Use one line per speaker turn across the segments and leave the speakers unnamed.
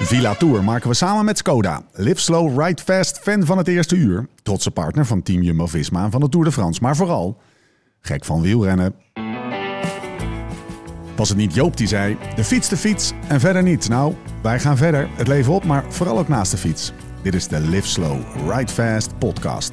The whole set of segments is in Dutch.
Villa Tour maken we samen met Skoda. Live slow, ride fast, fan van het eerste uur. Trotse partner van Team Jumbo-Visma en van de Tour de France. Maar vooral, gek van wielrennen. Was het niet Joop die zei, de fiets de fiets en verder niets. Nou, wij gaan verder, het leven op, maar vooral ook naast de fiets. Dit is de Live Slow, Ride Fast podcast.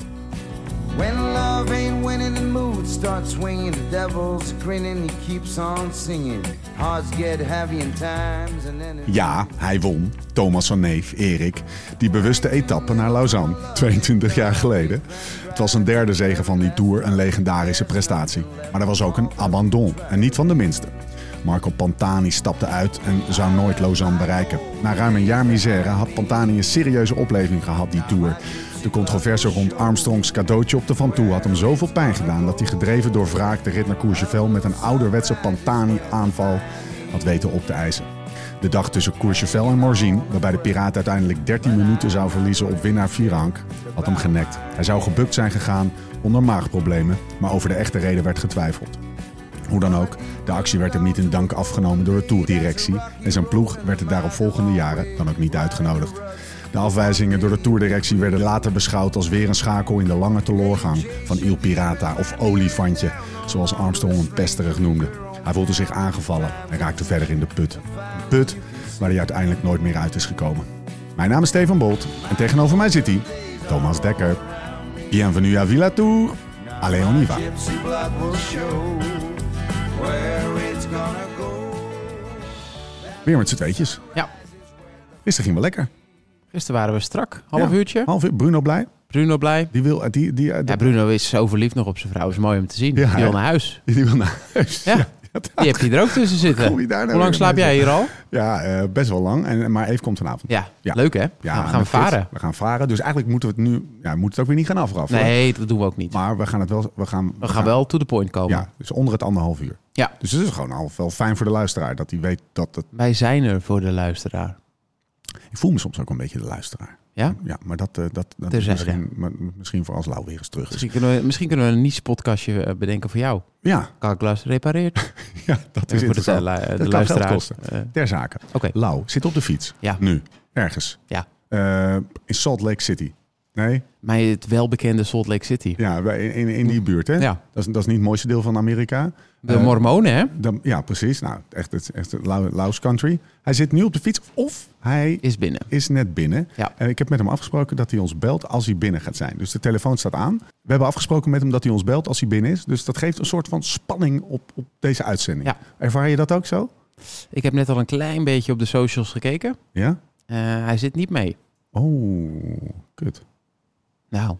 When love ain't winning, the mood starts swinging. The devil's grinning, he keeps on singing. Hearts get heavy in times, and then it-
Ja, hij won. Thomas van Neef, Erik. Die bewuste etappe naar Lausanne, 22 jaar geleden. Het was een derde zege van die Tour, een legendarische prestatie. Maar er was ook een abandon, en niet van de minste. Marco Pantani stapte uit en zou nooit Lausanne bereiken. Na ruim een jaar misère had Pantani een serieuze opleving gehad die Tour. De controverse rond Armstrongs cadeautje op de Van Toe had hem zoveel pijn gedaan... dat hij gedreven door wraak de rit naar Courchevel met een ouderwetse Pantani-aanval had weten op te eisen. De dag tussen Courchevel en Morzine, waarbij de piraat uiteindelijk 13 minuten zou verliezen op winnaar Vierank, had hem genekt. Hij zou gebukt zijn gegaan onder maagproblemen, maar over de echte reden werd getwijfeld. Hoe dan ook, de actie werd hem niet in dank afgenomen door de toerdirectie en zijn ploeg werd de daaropvolgende jaren dan ook niet uitgenodigd. De afwijzingen door de toerdirectie werden later beschouwd als weer een schakel in de lange teleurgang van Il Pirata of Olifantje, zoals Armstrong hem pesterig noemde. Hij voelde zich aangevallen en raakte verder in de put. Een put waar hij uiteindelijk nooit meer uit is gekomen. Mijn naam is Stefan Bolt en tegenover mij zit hij, Thomas Dekker. Bienvenue à Villa Tour. Allez, on y va.
gypsy blood will show where it's gonna go.
Weer met z'n tweetjes.
Ja,
Gisteren ging wel lekker.
gisteren waren we strak. Half
Ja,
uurtje.
Half uur. Bruno blij.
Bruno blij.
Die wil, eh, die, die, eh,
Ja,
die,
Bruno is zo verliefd nog op zijn vrouw. Is mooi om te zien.
Ja,
die
hè?
wil naar huis.
die wil naar huis.
Ja. Die heb je er ook tussen zitten.
Kom je daar nou
Hoe lang
weer
slaap
mee?
jij hier al?
Ja, eh, best wel lang. En, maar Eve komt vanavond.
Ja,
Ja.
leuk hè?
Ja,
Nou, we
en
gaan
dat is-
varen.
We gaan varen. Dus eigenlijk moeten we het nu... Ja, we moeten het ook weer niet gaan afraffen.
Nee, dat doen we ook niet.
Maar we gaan het wel... We gaan,
We gaan wel to the point komen.
Ja, dus onder het anderhalf uur.
Ja.
Dus het is gewoon al wel fijn voor de luisteraar. Dat hij weet dat het...
Wij zijn er voor de luisteraar.
Ik voel me soms ook een beetje de luisteraar.
Ja?
Ja, maar dat, eh, dat, dat
Terzijde.
misschien, maar misschien voor als Lau weer eens terug is.
Misschien kunnen we, misschien kunnen we een niche-podcastje eh, bedenken voor jou.
Ja,
Kalkglas repareert.
ja dat is
voor de,
interessant.
eh, de
kan
luisteraar.
geld kosten.
Eh,
Ter zake.
Oké.
Lau zit op de fiets.
Ja.
Nu. Ergens.
Ja.
Eh, in Salt Lake City. Nee?
Bij het welbekende Salt Lake City.
Ja, bij- in, in, in die buurt, hè?
Ja.
Dat, is, dat is niet het mooiste deel van Amerika.
De
Eh,
Mormonen, hè?
dan- ja, precies. Nou, echt, het is echt een Lau- Laos country. Hij zit nu op de fiets of hij
Is binnen.
is net binnen.
Ja.
En ik heb met hem afgesproken dat hij ons belt als hij binnen gaat zijn. Dus de telefoon staat aan. We hebben afgesproken met hem dat hij ons belt als hij binnen is. Dus dat geeft een soort van spanning op, op deze uitzending.
Ja.
Ervaar je dat ook zo?
Ik heb net al een klein beetje op de socials gekeken.
Ja?
Eh, hij zit niet mee.
Oh, kut.
Nou, ook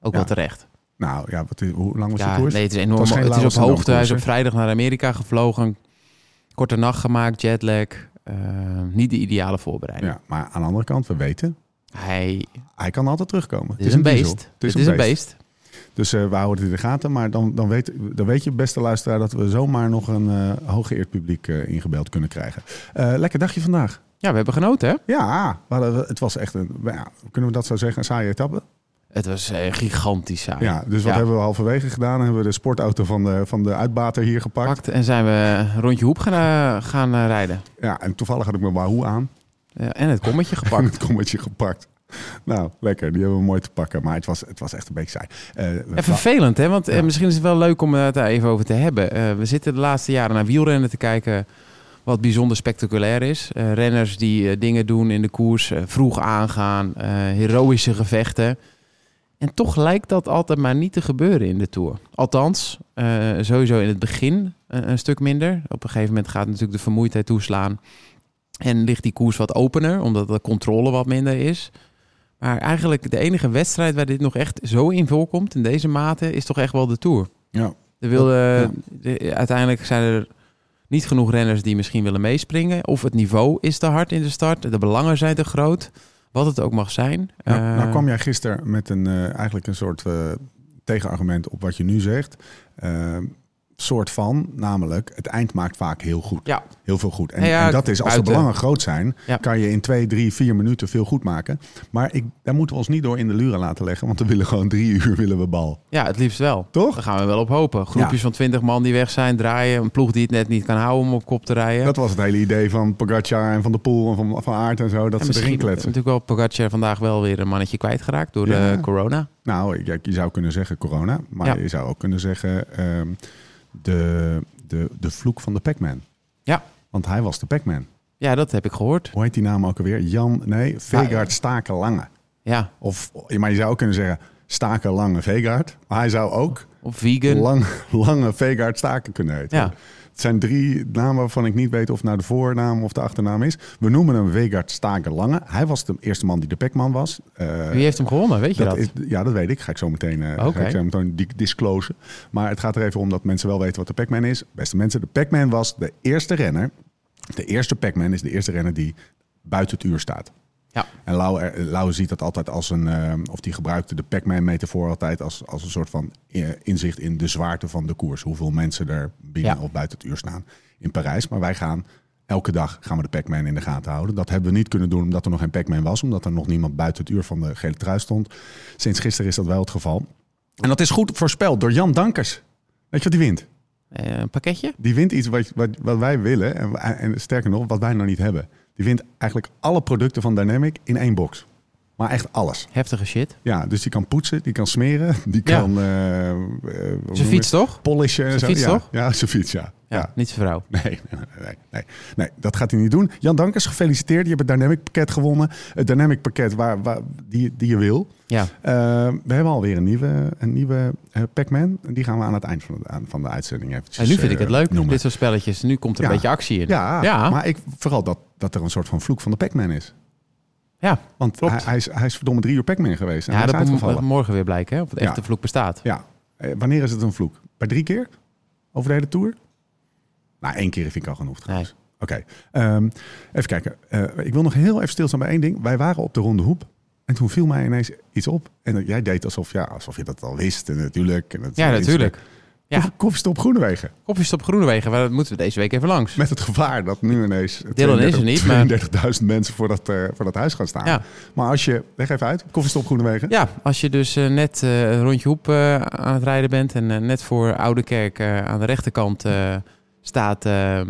Ja.
wel terecht.
Nou ja, wat is, hoe lang was die
Ja,
koers?
nee, het is
Het
enorm.
was
Het,
geen
is op
Lauwersen
hoogte. Hij is op
koers,
vrijdag naar Amerika gevlogen. Korte nacht gemaakt, jetlag. Eh, niet de ideale voorbereiding.
Ja, maar aan de andere kant, we weten,
Hij het is,
hij kan altijd terugkomen. Het
een beest.
diesel.
Het is, een beest.
Dus eh, we houden het in de gaten. Maar dan, dan, weet, dan weet je, beste luisteraar, dat we zomaar nog een eh hooggeëerd publiek eh, ingebeld kunnen krijgen. Eh, lekker dagje vandaag.
Ja, we hebben genoten, hè?
Ja, we hadden- het was echt een, nou ja, kunnen we dat zo zeggen, een saaie etappe.
Het was eh, gigantisch saai.
Ja, dus wat
Ja.
hebben we halverwege gedaan? Hebben we de sportauto van de, van de uitbater hier gepakt.
Pakt en zijn we een rondje hoep gaan, eh, gaan eh, rijden.
Ja, en toevallig had ik mijn Wahoo aan.
Eh, en het kommetje
Pak
gepakt.
het kommetje gepakt. Nou, lekker. Die hebben we mooi te pakken. Maar het was, het was echt een beetje saai. Eh, we-
En vervelend, hè? Want eh,
Ja.
misschien is het wel leuk om eh, het daar even over te hebben. Eh, we zitten de laatste jaren naar wielrennen te kijken. Wat bijzonder spectaculair is. Eh, renners die eh, dingen doen in de koers, eh, vroeg aangaan, eh, heroïsche gevechten. En toch lijkt dat altijd maar niet te gebeuren in de Tour. Althans, eh, sowieso in het begin eh, een- een stuk minder. Op een gegeven moment gaat natuurlijk de vermoeidheid toeslaan. En ligt die koers wat opener, omdat de controle wat minder is. Maar eigenlijk de enige wedstrijd waar dit nog echt zo in voorkomt, in deze mate, is toch echt wel de Tour.
Ja.
Er wilde, eh, de- uiteindelijk zijn er niet genoeg renners die misschien willen meespringen. Of het niveau is te hard in de start, de belangen zijn te groot. Wat het ook mag zijn.
Nou,
Eh,
nou kwam jij gisteren met een, eh, eigenlijk een soort eh, tegenargument op wat je nu zegt. Eh, soort van. Namelijk, het eind maakt vaak heel goed.
Ja.
Heel veel goed. En,
Ja, ja,
en dat is, als de
buiten.
belangen groot zijn,
Ja.
kan je in twee, drie, vier minuten veel goed maken. Maar ik, daar moeten we ons niet door in de luren laten leggen. Want we willen gewoon drie uur willen we bal.
Ja, het liefst wel.
Toch?
Daar gaan we wel op hopen. Groepjes
Ja.
van 20 man die weg zijn, draaien. Een ploeg die het net niet kan houden om op kop te rijden.
Dat was het hele idee van Pogacar en Van de Poel en van, van Aert en zo. Dat
en
ze erin
misschien
kletsen.
natuurlijk wel Pogacar vandaag wel weer een mannetje kwijtgeraakt door
Ja.
de corona.
Nou, je, je zou kunnen zeggen corona. Maar
Ja.
je zou ook kunnen zeggen ehm, de, de, de vloek van de Pac-Man.
Ja.
Want hij was de Pac-Man.
Ja, dat heb ik gehoord.
Hoe heet die naam ook alweer? Jan, nee, Vegaard Staken Lange.
Ja,
Of, maar je zou ook kunnen zeggen Staken Lange Vegaard. Maar hij zou ook
of vegan.
lang, Lange Vegaard Staken kunnen heten.
Ja.
Het zijn drie namen waarvan ik niet weet of het nou de voornaam of de achternaam is. We noemen hem Vegaard Staken Lange. Hij was de eerste man die de Pac-Man was. Eh,
Wie heeft hem gewonnen, weet je dat?
dat is, ja, dat weet ik. Ga ik zo meteen, eh,
Oké.
ga ik zo meteen di- disclosen. Maar het gaat er even om dat mensen wel weten wat de Pac-Man is. Beste mensen, de Pac-Man was de eerste renner. De eerste Pac-Man is de eerste renner die buiten het uur staat.
Ja.
En Lau, er- Lau ziet dat altijd als een, eh, of die gebruikte de Pac-Man-metafoor altijd als, als een soort van eh, inzicht in de zwaarte van de koers. Hoeveel mensen er binnen
Ja.
of buiten het uur staan in Parijs. Maar wij gaan elke dag gaan we de Pac-Man in de gaten houden. Dat hebben we niet kunnen doen omdat er nog geen Pac-Man was. Omdat er nog niemand buiten het uur van de gele trui stond. Sinds gisteren is dat wel het geval. En dat is goed voorspeld door Jan Dankers. Weet je wat die wint?
Eh, een pakketje?
Die wint iets wat, wat, wat wij willen. En, en sterker nog, wat wij nog niet hebben. Die wint eigenlijk alle producten van Dynamic in één box. Maar echt alles.
Heftige shit.
Ja, dus die kan poetsen, die kan smeren, die
Ja.
kan... eh, eh, hoe noem je
Zijn fiets
het?
toch?
Polishen. en
Zijn
zo.
fiets,
ja.
toch?
Ja, zijn fiets, ja.
Ja,
ja.
niet zijn vrouw.
Nee, nee, nee, nee, nee, dat gaat hij niet doen. Jan Dankers, gefeliciteerd. Je hebt het Dynamic pakket gewonnen. Het Dynamic pakket waar, waar, die, die je wil.
Ja,
Eh, we hebben alweer een nieuwe, een nieuwe eh, Pac-Man. En die gaan we aan het eind van de, aan- van de uitzending eventjes
en nu vind ik
eh,
het leuk,
noemen.
dit soort spelletjes. Nu komt er een
Ja.
beetje actie in.
Ja,
Ja.
maar ik, vooral dat, dat er een soort van vloek van de Pac-Man is.
ja.
Want
Klopt.
hij, hij is, hij is verdomme drie uur Pac-Man geweest en
Ja,
hij is
dat moet
uitgevallen.
morgen weer blijken, hè, of het
Ja.
echte vloek bestaat.
Ja. Eh, Wanneer is het een vloek? Bij drie keer? Over de hele tour? Nou, één keer vind ik al genoeg trouwens.
Nee.
Oké. Ehm, even kijken. Eh, ik wil nog heel even stilstaan bij één ding. Wij waren op de Ronde Hoep. En toen viel mij ineens iets op. En dat- jij deed alsof, ja, alsof je dat al wist. En natuurlijk. En dat
Ja, natuurlijk. Ja.
Ja. Koffiestop Groenewegen.
Koffiestop Groenewegen, waar moeten we deze week even langs.
Met het gevaar dat nu ineens
Dylan is er niet, maar-
32.000 mensen voor dat, eh, voor dat huis gaan staan.
Ja.
Maar als je... Leg even uit. Koffiestop Groenewegen.
Ja, als je dus eh, net eh, een rondje hoep eh, aan het rijden bent en eh, net voor Oude Kerk eh, aan de rechterkant eh, staat eh, eh,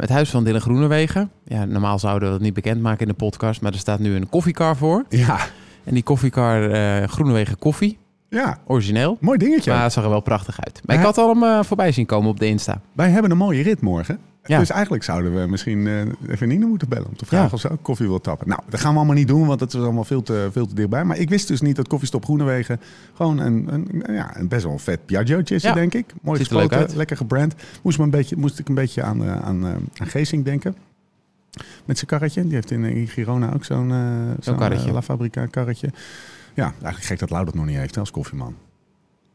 het huis van Dylan Groenewegen. Ja, normaal zouden we dat niet bekendmaken in de podcast, maar er staat nu een koffiekar voor.
Ja.
En die koffiekar eh Groenewegen Koffie,
Ja.
origineel.
Mooi dingetje.
Maar het zag er wel prachtig uit. Maar ik
Ja.
had al hem eh, voorbij zien komen op de Insta.
Wij hebben een mooie rit morgen.
Ja.
Dus eigenlijk zouden we misschien eh even Nina moeten bellen om te vragen
Ja.
of ze ook koffie wil tappen. Nou, dat gaan we allemaal niet doen, want dat is allemaal veel te, veel te dichtbij. Maar ik wist dus niet dat Koffiestop Groenewegen gewoon een, een, ja, een best wel vet Piaggiootje is,
Ja.
denk ik. Mooi
Ziet er leuk
gespoten,
uit.
lekker gebrand. Moest, me een beetje, moest ik een beetje aan, eh, aan, eh, aan Geesink denken. Met zijn karretje. Die heeft in, in Girona ook zo'n eh, zo'n, eh,
karretje.
La Fabrica karretje. Ja, eigenlijk gek dat Lau dat nog niet heeft hè, als koffieman.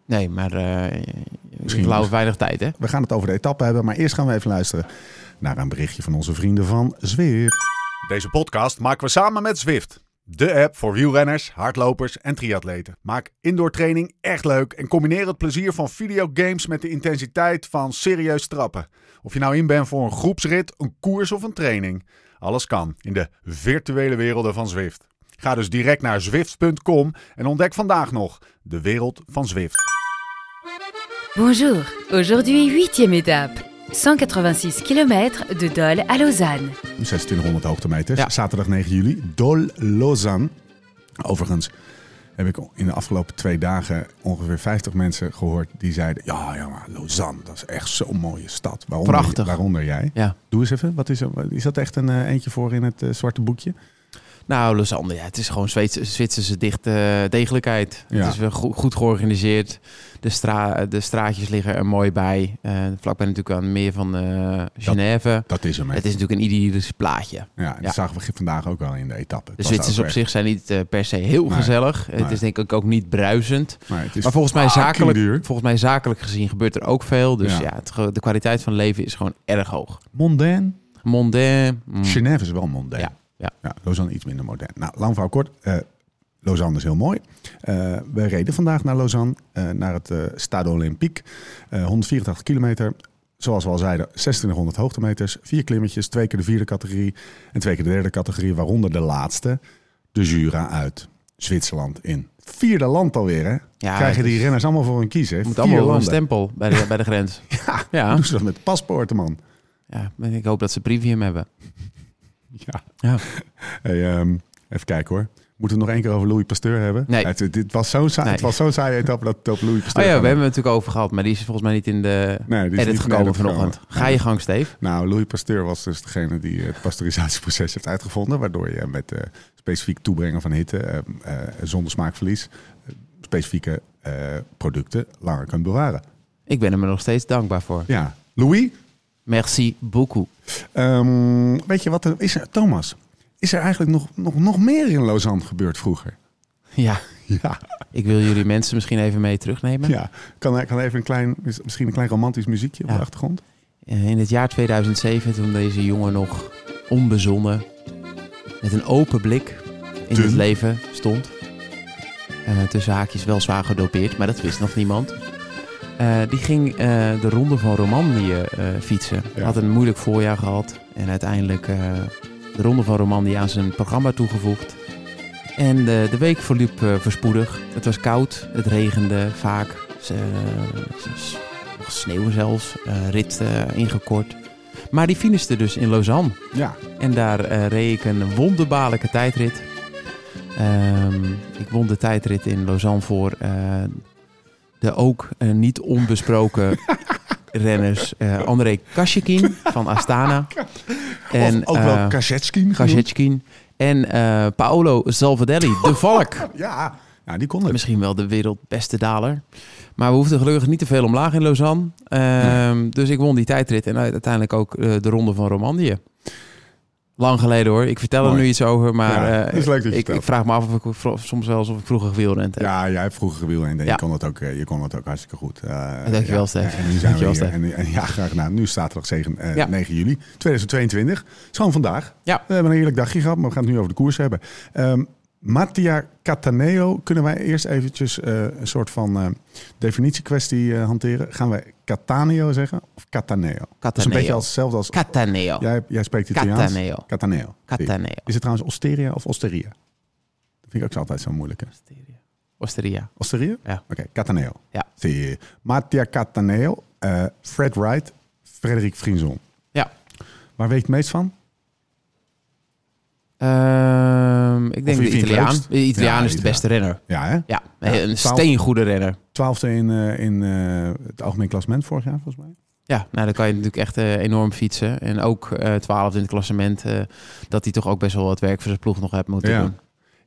Nee, maar eh
Misschien-
Misschien lauw weinig tijd, hè?
We gaan het over de etappe hebben, maar eerst gaan we even luisteren naar een berichtje van onze vrienden van Zweer.
Deze podcast maken we samen met Zwift. De app voor wielrenners, hardlopers en triatleten. Maak indoor training echt leuk en combineer het plezier van videogames met de intensiteit van serieus trappen. Of je nou in bent voor een groepsrit, een koers of een training. Alles kan in de virtuele werelden van Zwift. Ga dus direct naar zwift.com en ontdek vandaag nog de wereld van Zwift.
Bonjour, aujourd'hui huitième étape, 186 km de Dole à Lausanne.
2600 hoogtemeters,
Ja.
zaterdag 9 juli, Dol Lausanne. Overigens heb ik in de afgelopen twee dagen ongeveer 50 mensen gehoord die zeiden... Ja, ja, maar Lausanne, dat is echt zo'n mooie stad. Waaronder,
Prachtig.
Waaronder jij.
Ja.
Doe eens even, wat is, er- is dat echt een eh, eentje voor in het eh, zwarte boekje?
Nou, Lausanne, ja, het is gewoon Zweedse, Zwitserse dichte eh, degelijkheid.
Ja.
Het is wel go- goed georganiseerd. De, stra de straatjes liggen er mooi bij. Eh, vlakbij natuurlijk aan het meer van eh Genève.
Dat is hem. hè.
Het is natuurlijk een idyllisch plaatje.
ja, dat
ja.
zagen we vandaag ook al in de etappe.
De Zwitsers op zich zijn niet eh, per se heel
Nee,
gezellig.
nee.
Het is denk ik ook niet bruisend.
Maar, het is
Maar volgens mij,
fucking
zakelijk,
duur.
volgens mij zakelijk gezien gebeurt er ook veel. Dus
Ja.
ja, het ge- de kwaliteit van leven is gewoon erg hoog.
Mondain.
Mondain. mm,
Genève is wel mondain.
Ja, ja.
Ja, Lausanne iets minder modern. Nou, lang verhaal kort. eh Lausanne is heel mooi. Eh, we reden vandaag naar Lausanne, eh, naar het eh, Stade Olympique. Eh, 184 kilometer. Zoals we al zeiden, 1600 hoogtemeters, vier klimmetjes, twee keer de vierde categorie en twee keer de derde categorie, waaronder de laatste, de Jura uit Zwitserland in. Vierde land alweer, hè?
Ja,
Krijgen
het
die
is-
renners allemaal voor hun kiezen? hè?
moet
Vier
allemaal wel een
landen.
stempel bij de, bij de grens.
Ja,
Ja.
hoe doen ze dat met paspoorten, man?
Ja, maar ik hoop dat ze premium hebben.
Ja.
Ja.
Hey, ehm, even kijken hoor. Moeten we het nog één keer over Louis Pasteur hebben? Nou,
Nee.
Het, dit was zo'n saai,
Nee.
het was zo'n saaie etappe dat het over Louis
Oh
Pasteur
ja, we
gaat.
hebben het natuurlijk over gehad, maar die is volgens mij niet in de
Nee, die is
edit
niet-
gekomen
nee, dat is
vanochtend.
gekomen.
Ga je gang, Steve.
Nou, Louis Pasteur was dus degene die het pasteurisatieproces heeft uitgevonden. Waardoor je met eh, specifiek toebrengen van hitte, eh, eh, zonder smaakverlies, eh, specifieke eh, producten langer kunt bewaren.
Ik ben hem er nog steeds dankbaar voor.
Ja, Louis,
Merci beaucoup.
ehm, weet je wat er is? Er, Thomas, is er eigenlijk nog, nog, nog meer in Lausanne gebeurd vroeger?
Ja,
Ja,
ik wil jullie mensen misschien even mee terugnemen.
ja. Kan, kan even een klein, misschien een klein romantisch muziekje op
Ja.
de achtergrond?
Eh, In het jaar 2007, toen deze jongen nog onbezonnen, met een open blik in
Dun.
het leven stond. Eh, tussen haakjes wel zwaar gedopeerd, maar dat wist nog niemand. Eh, die ging eh, de ronde van Romandie eh, fietsen.
Ja.
Had een moeilijk voorjaar gehad. En uiteindelijk eh, de ronde van Romandie aan zijn programma toegevoegd. En eh, de week verliep eh, voorspoedig. Het was koud, het regende vaak. Ze- ze- nog sneeuw zelfs, eh, rit eh, ingekort. Maar die finishte dus in Lausanne.
Ja,
En daar eh reed ik een wonderbaarlijke tijdrit. Ehm, ik won de tijdrit in Lausanne voor eh, de ook eh, niet onbesproken renners eh, André Kasjekin van Astana.
of ook wel
eh,
Kazetski.
Kasjetkin. En eh, Paolo Salvadelli, de valk.
Ja. ja, die kon het.
Misschien wel de wereldbeste daler. Maar we hoefden gelukkig niet te veel omlaag in Lausanne. Ehm, Dus ik won die tijdrit en uit- uiteindelijk ook eh, de ronde van Romandie. Lang geleden hoor. Ik vertel er
Mooi.
nu iets over, maar
Ja,
eh,
is leuk dat je
ik,
vertelt.
ik vraag me af of ik vro- soms wel eens of ik vroeger gewielrend heb.
Ja, jij hebt vroeger gewielrend en
Ja.
je, kon het ook, eh, je kon het ook hartstikke goed. Eh,
Dankjewel,
ja.
Stef.
En nu zijn we
Dankjewel,
hier.
Stef.
En, en ja, graag gedaan. Nu is zaterdag 7, eh,
Ja.
9 juli 2022. Het is gewoon vandaag.
Ja.
We hebben een heerlijk dagje gehad, maar we gaan het nu over de koers hebben. Ehm Mattia Cataneo, kunnen wij eerst eventjes eh, een soort van eh, definitiekwestie eh, hanteren? Gaan wij Cataneo zeggen of Cataneo? Dat is een
Cataneo.
beetje als- hetzelfde als...
Cataneo.
jij, jij spreekt Italiaans.
Cataneo.
Cataneo.
Cataneo.
Is het trouwens Osteria of Osteria? Dat vind ik ook altijd zo moeilijk. Hè?
Osteria.
Osteria?
Ja.
Oké, Cataneo.
Ja.
Zie je. Mattia Cataneo, eh, Fred Wright, Frederik Vrienzon.
Ja.
Waar weet je het meest van?
Ehm, ik denk
wie
de
vind je het
Italiaan.
leukst?
De Italiaan
Ja,
is de
Italiaan.
beste renner.
Ja, hè?
Ja,
Ja,
een
twaalf-
steengoede renner.
Twaalfde in, eh, in eh, het algemeen klassement vorig jaar, volgens mij.
Ja, nou, dan kan je natuurlijk echt eh, enorm fietsen. En ook eh twaalfde in het klassement. eh, dat hij toch ook best wel wat werk voor zijn ploeg nog heeft moeten
Ja.
doen.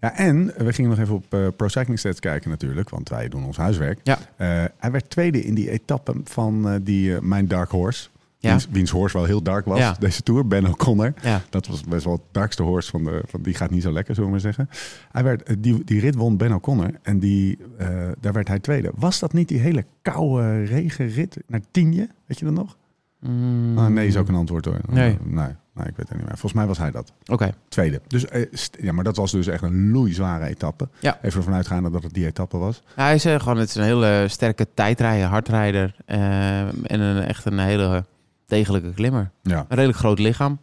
Ja, en we gingen nog even op eh, Pro Cycling Stats kijken natuurlijk, want wij doen ons huiswerk.
Ja.
Eh, hij werd tweede in die etappe van eh, die eh, Mijn Dark Horse.
Ja.
Wiens, wiens horse wel heel dark was,
Ja.
deze Tour, Ben O'Connor.
Ja.
Dat was best wel het darkste horse van de. Van, die gaat niet zo lekker, zullen we maar zeggen. Hij werd, eh, die, die rit won Ben O'Connor en die, eh, daar werd hij tweede. Was dat niet die hele koude regenrit naar Tienje? Weet je dat nog?
Mm.
Ah, nee, is ook een antwoord hoor. Eh,
Nee.
nee. Nee, ik weet het niet meer. Volgens mij was hij dat.
Oké,
Tweede. Dus, eh, st- ja, maar dat was dus echt een loeizware etappe.
Ja.
Even ervan uitgaande dat het die etappe was.
hij is eh, gewoon het is een hele sterke tijdrijder, hardrijder. eh, en een, echt een hele degelijke klimmer.
Ja.
Een redelijk groot lichaam.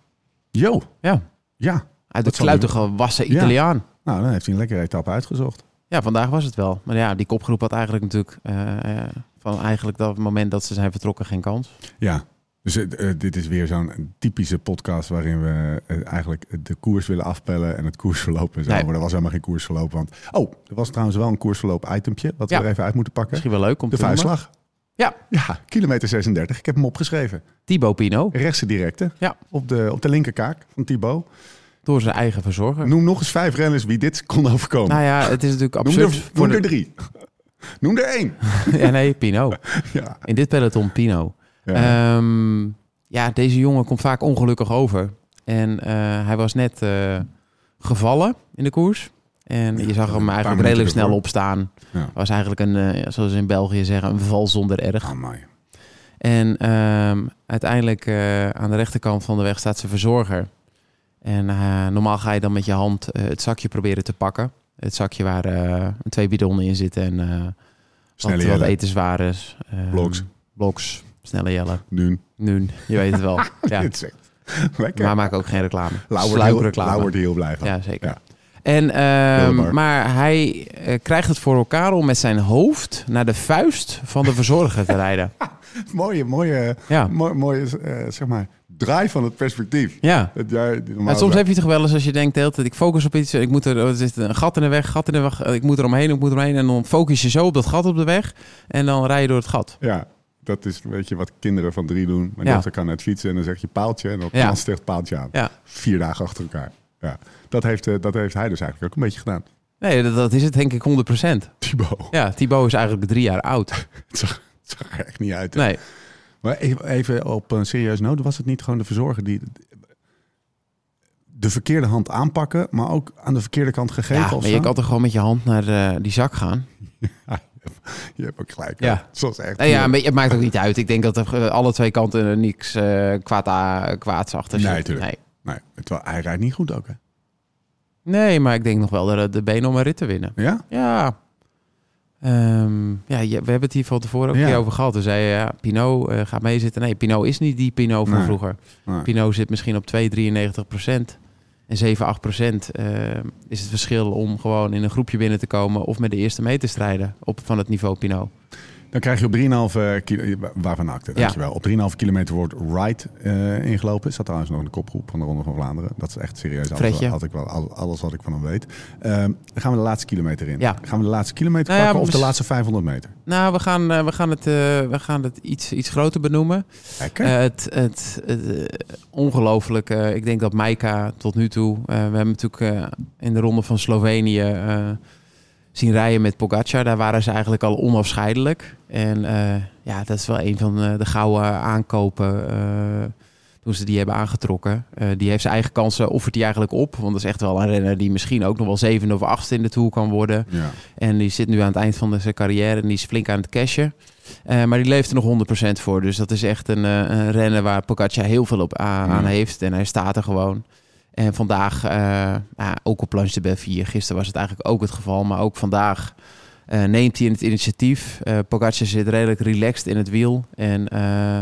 Jo.
Ja,
Ja.
uit de
Dat zal
kluitige wassen
Ja.
Italiaan.
Nou, dan heeft hij een lekkere etappe uitgezocht.
Ja, vandaag was het wel. Maar ja, die kopgroep had eigenlijk natuurlijk... eh, eh, van eigenlijk dat moment dat ze zijn vertrokken geen kans.
Ja. Dus eh, eh, dit is weer zo'n typische podcast waarin we eh, eigenlijk de koers willen afpellen en het koersverloop en zo.
Nee.
Maar er was helemaal geen koersverloop. Want, oh, er was trouwens wel een koersverloop itempje wat
Ja.
we er even uit moeten pakken.
Misschien wel leuk om
De
te noemen.
vuistslag.
Ja.
Ja, kilometer 36. Ik heb hem opgeschreven.
Thibaut Pino,
Rechtse directe.
Ja.
Op de, op de linkerkaak van Thibaut.
door zijn eigen verzorger.
Noem nog eens vijf renners wie dit kon overkomen.
Nou ja, het is natuurlijk
Noem
absurd.
er, noem er drie. Noem er één.
ja, nee, Pino.
Ja.
In dit peloton Pino.
Ja.
Ja, ja deze jongen komt vaak ongelukkig over. En eh, hij was net eh, gevallen in de koers. En je zag
een
hem
paar
eigenlijk
minuten
redelijk snel
ervoor.
opstaan.
Ja.
Was eigenlijk een, eh, zoals ze in België zeggen, een val zonder erg.
Amai.
En ehm, uiteindelijk eh, aan de rechterkant van de weg staat zijn verzorger. En eh, normaal ga je dan met je hand eh, het zakje proberen te pakken. Het zakje waar eh, twee bidonnen in zitten en eh,
Snelle
wat, wat
jelle,
etenswares. eh,
Bloks.
Bloks, snelle jelle.
nu.
Nu, je weet het wel. ja.
Dit is echt lekker.
Maar maak ook geen reclame.
Lauwert
Sluip
heel-
reclame.
Lauwert heel blij van.
Ja, zeker.
Ja.
En, ehm,
Heel bar.
maar hij eh, krijgt het voor elkaar om met zijn hoofd naar de vuist van de verzorger te rijden.
Mooie, mooie,
Ja.
mooi- mooie eh, zeg maar, draai van het perspectief.
Ja.
Het, ja, die normaal
Maar soms
draai-
heb je toch wel eens als je denkt de hele tijd, ik focus op iets, ik moet er, er zit een gat in de weg, gat in de weg, eh, ik moet er omheen, ik moet er omheen. En dan focus je zo op dat gat op de weg en dan rij je door het gat.
Ja, dat is een beetje wat kinderen van drie doen. Mijn
Ja.
dochter kan net fietsen en dan zeg je paaltje en dan
Ja.
danst echt paaltje aan.
Ja.
Vier dagen achter elkaar. Ja. Dat, heeft, eh, dat heeft hij dus eigenlijk ook een beetje gedaan.
Nee, dat, dat is het denk ik 100%.
Thibaut.
Ja, Thibaut is eigenlijk drie jaar oud.
Het, zag, het zag er echt niet uit. hè.
Nee,
Maar even- even op een serieus noot. Was het niet gewoon de verzorger die de verkeerde hand aanpakken, maar ook aan de verkeerde kant gegeven?
ja,
of
maar
zo?
je kan toch gewoon met je hand naar eh, die zak gaan?
Je hebt ook gelijk.
Ja.
Ja. Het was echt...
Nou ja, maar het maakt ook niet uit. Ik denk dat er eh, alle twee kanten eh, niks eh kwaad a- kwaads achter zit.
Nee, tuurlijk. Nee, het wa- hij rijdt niet goed ook, hè?
Nee. Nee, maar ik denk nog wel dat het de benen om een rit te winnen.
Ja?
Ja. Ehm, ja, je- we hebben het hier van tevoren ook een
Ja.
keer over gehad. Toen zei je, ja, Pinot eh, gaat meezitten. Nee, Pinot is niet die Pinot van
Nee.
vroeger.
Nee.
Pinot zit misschien op 2, 93 procent. En 7, 8 procent eh, is het verschil om gewoon in een groepje binnen te komen... of met de eerste mee te strijden op, van het niveau Pinot.
Dan krijg je op 3,5 kilo... Waarvan acte, dankjewel. Op 3,5 kilometer wordt Ride eh, ingelopen. Staat trouwens nog in de kopgroep van de Ronde van Vlaanderen. Dat is echt serieus. Alles,
Fredje.
had ik wel, al- alles wat ik van hem weet. Ehm, dan gaan we de laatste kilometer in.
Ja.
Gaan we de laatste kilometer
Nou ja,
pakken of de
mis-
laatste 500 meter?
Nou, we gaan, eh, we gaan het, eh, we gaan het iets, iets groter benoemen.
Lekker.
Eh, het het, het, eh, ongelooflijk. eh, ik denk dat Maika tot nu toe. eh, we hebben natuurlijk eh, in de ronde van Slovenië eh, zien rijden met Pogacar. Daar waren ze eigenlijk al onafscheidelijk. En eh, ja, dat is wel een van eh, de gouden aankopen. eh, toen ze die hebben aangetrokken. Eh, die heeft zijn eigen kansen, offert die eigenlijk op. Want dat is echt wel een renner die misschien ook nog wel zevende of achtste in de Tour kan worden.
ja.
En die zit nu aan het eind van zijn carrière en die is flink aan het cashen. Eh, maar die leeft er nog 100% voor. Dus dat is echt een, eh, een rennen waar Pogacar heel veel op a- aan
Ja.
heeft. En hij staat er gewoon. En vandaag, eh, ja, ook op Planche de Belvier, gisteren was het eigenlijk ook het geval. Maar ook vandaag eh, neemt hij in het initiatief. Eh Pogacar zit redelijk relaxed in het wiel. En eh,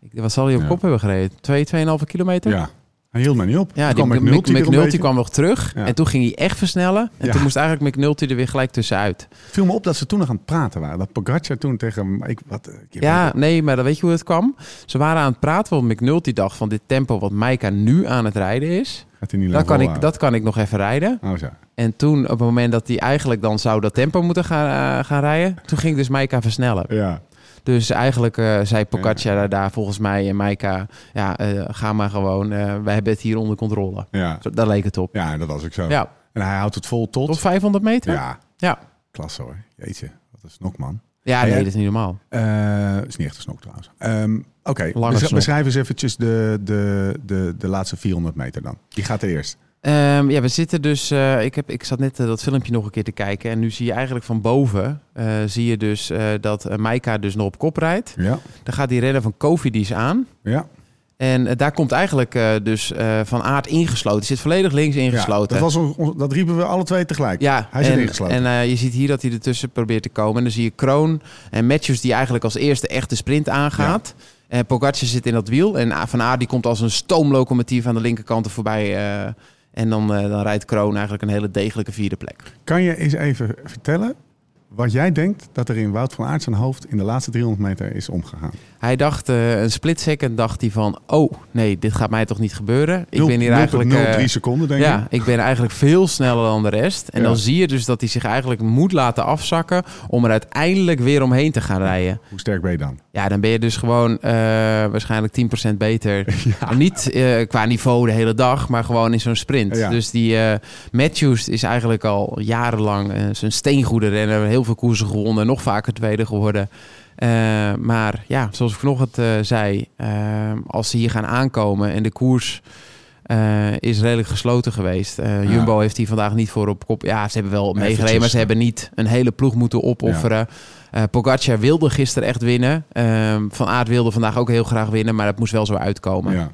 ik- wat zal hij op
Ja.
kop hebben gereden? 2, 2,5 kilometer?
Ja. Hij hield mij niet op.
Ja,
Toen
die
kwam
Mc-
McNulty er een
McNulty
beetje.
kwam nog terug.
Ja.
En toen ging hij echt versnellen. En
Ja.
toen moest eigenlijk McNulty er weer gelijk tussenuit.
Het viel me op dat ze toen nog aan het praten waren. Dat Pogacar toen tegen hem... Ik, wat, ik heb-
Ja, nee, maar dan weet je hoe het kwam. Ze waren aan het praten, want McNulty dacht van dit tempo wat Maika nu aan het rijden is,
Gaat hij niet
dat
lang
kan, ik,
volhouden.
dat kan ik nog even rijden.
Oh, zo.
En toen, op het moment dat hij eigenlijk dan zou dat tempo moeten gaan, eh, gaan rijden, toen ging dus Maika versnellen.
Ja.
Dus eigenlijk eh, zei Pogacar daar volgens mij en Maika, ja, eh, ga maar gewoon, eh we hebben het hier onder controle.
Ja.
Zo, Daar leek het op.
ja, dat was ook zo.
Ja,
En hij houdt het vol tot...
tot 500 meter?
Ja,
Ja,
klasse hoor. Jeetje, wat een snok man.
Ja,
Ja,
nee,
ja.
dat is niet normaal.
Eh, is niet echt een snok trouwens. Ehm, Oké,
Lange
besch-
snok.
beschrijf eens eventjes de, de, de, de laatste 400 meter dan. Die gaat er eerst.
Ehm, ja, we zitten dus. eh, ik, heb, ik zat net eh, dat filmpje nog een keer te kijken. En nu zie je eigenlijk van boven. eh, zie je dus eh, dat eh, Maika dus nog op kop rijdt.
Ja,
Dan gaat die renner van Covidis aan.
ja.
En eh, daar komt eigenlijk eh, dus eh, van aard ingesloten. Zit volledig links
ja
ingesloten.
dat, was on- on- dat riepen we alle twee tegelijk.
Ja,
Hij zit
en,
ingesloten.
En eh, je ziet hier dat hij ertussen probeert te komen. En dan zie je Kroon en Matthews die eigenlijk als eerste echt de sprint aangaat. En Pogacar zit in dat wiel. En A- Van Aert die komt als een stoomlocomotief aan de linkerkant er voorbij. eh, en dan, eh, dan rijdt Kroon eigenlijk een hele degelijke vierde plek.
Kan je eens even vertellen wat jij denkt dat er in Wout van Aert zijn hoofd in de laatste 300 meter is omgegaan?
Hij dacht eh, een split second dacht hij van... Oh, nee, dit gaat mij toch niet gebeuren. Ik
Nul-
ben hier eigenlijk...
0,03
eh,
seconden denk
ja,
ik.
ik ben eigenlijk veel sneller dan de rest. En
Ja.
dan zie je dus dat hij zich eigenlijk moet laten afzakken... om er uiteindelijk weer omheen te gaan rijden.
Hoe sterk ben je dan?
Ja, dan ben je dus gewoon eh, waarschijnlijk 10% beter. Maar Niet eh, qua niveau de hele dag, maar gewoon in zo'n sprint.
Ja.
Dus die eh, Matthews is eigenlijk al jarenlang eh, zijn steengoede renner. Heel veel koersen gewonnen, nog vaker tweede geworden. Eh, maar ja, zoals ik vanochtend eh, zei, eh, als ze hier gaan aankomen en de koers eh, is redelijk gesloten geweest. Eh,
Ja.
Jumbo heeft hier vandaag niet voor op kop. Ja, ze hebben wel
Eventjes.
meegereden, maar ze hebben niet een hele ploeg moeten opofferen. Eh, Pogacar wilde gisteren echt winnen. Ehm, Van Aert wilde vandaag ook heel graag winnen, maar dat moest wel zo uitkomen.
Ja.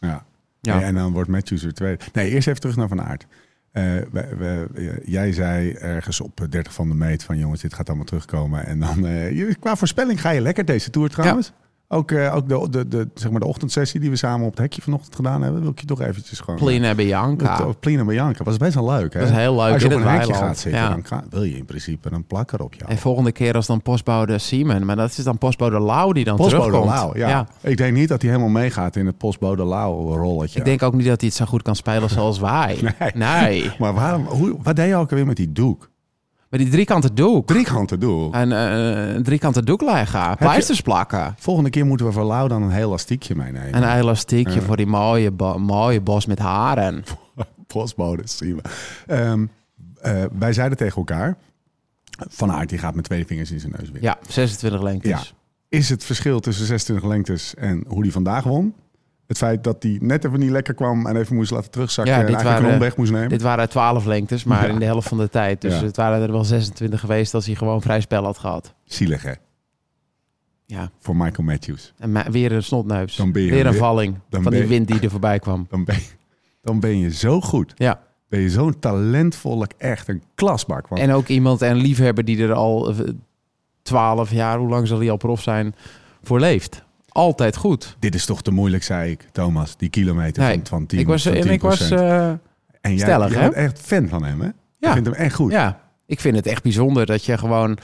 Ja.
Ja.
En dan wordt Matthews weer tweede. Nee, eerst even terug naar Van Aert. Eh, we- we- eh, jij zei ergens op eh, 30 van de meet van jongens, dit gaat allemaal terugkomen. En dan, eh, je- qua voorspelling ga je lekker deze Tour trouwens. Ook, eh, ook de, de, de, zeg maar de ochtendsessie die we samen op het hekje vanochtend gedaan hebben, wil ik je toch eventjes gewoon...
Plina
Dat-
Bianca.
dat- Plina Bianca was best wel leuk. Hè?
Dat is heel leuk
Als je
in
op een
het
hekje
weiland.
gaat zitten,
Ja.
dan kan- wil je in principe een plakker op jou.
En volgende keer als dan postbode Siemen. Maar dat is dan postbode Lau die dan
Postbode
terugkomt.
Lau, ja. Ik denk niet dat hij helemaal meegaat in het postbode Lau rolletje.
Ik denk ook niet dat hij het zo goed kan spelen zoals wij.
Nee.
Nee.
Maar waarom, hoe, wat deed je ook alweer met die doek?
Maar die driekante doek.
Driekante doek.
En eh, een driekante doek leggen. Pleisters plakken.
Volgende keer moeten we voor Lau dan een heel elastiekje meenemen.
En een elastiekje voor die mooie, bo- mooie bos met haren.
postbode zien we. Ehm, eh, wij zeiden tegen elkaar... Van Aert die gaat met twee vingers in zijn neus winnen.
Ja, 26 lengtes.
Ja. Is het verschil tussen 26 lengtes en hoe die vandaag won? Het feit dat hij net even niet lekker kwam en even moest laten terugzakken...
Ja,
en
dit
eigenlijk een
waren-
omweg moest nemen.
Dit waren 12 lengtes, maar
Ja.
in de helft van de tijd. Dus
Ja.
het waren er wel 26 geweest als hij gewoon vrij spel had gehad.
Zielig hè,
Ja.
voor Michael Matthews.
En ma- weer een snotneus.
Dan ben je
weer een
weer-
valling
dan
van
ben
die
je-
wind die er voorbij kwam.
Dan ben je, dan ben je zo goed.
Ja.
Ben je zo'n talentvolle, echt een klasbak. Want
En ook iemand en liefhebber die er al eh, 12 jaar, hoe lang zal hij al prof zijn, voor leeft. Altijd goed.
dit is toch te moeilijk, zei ik, Thomas. Die kilometer
Nee,
van, van 10
ik was,
van 10%.
en ik was, eh,
en jij,
stellig,
jij
hè?
bent echt fan van hem, hè? Je
ja,
vindt hem echt goed.
ja, ik vind het echt bijzonder dat je gewoon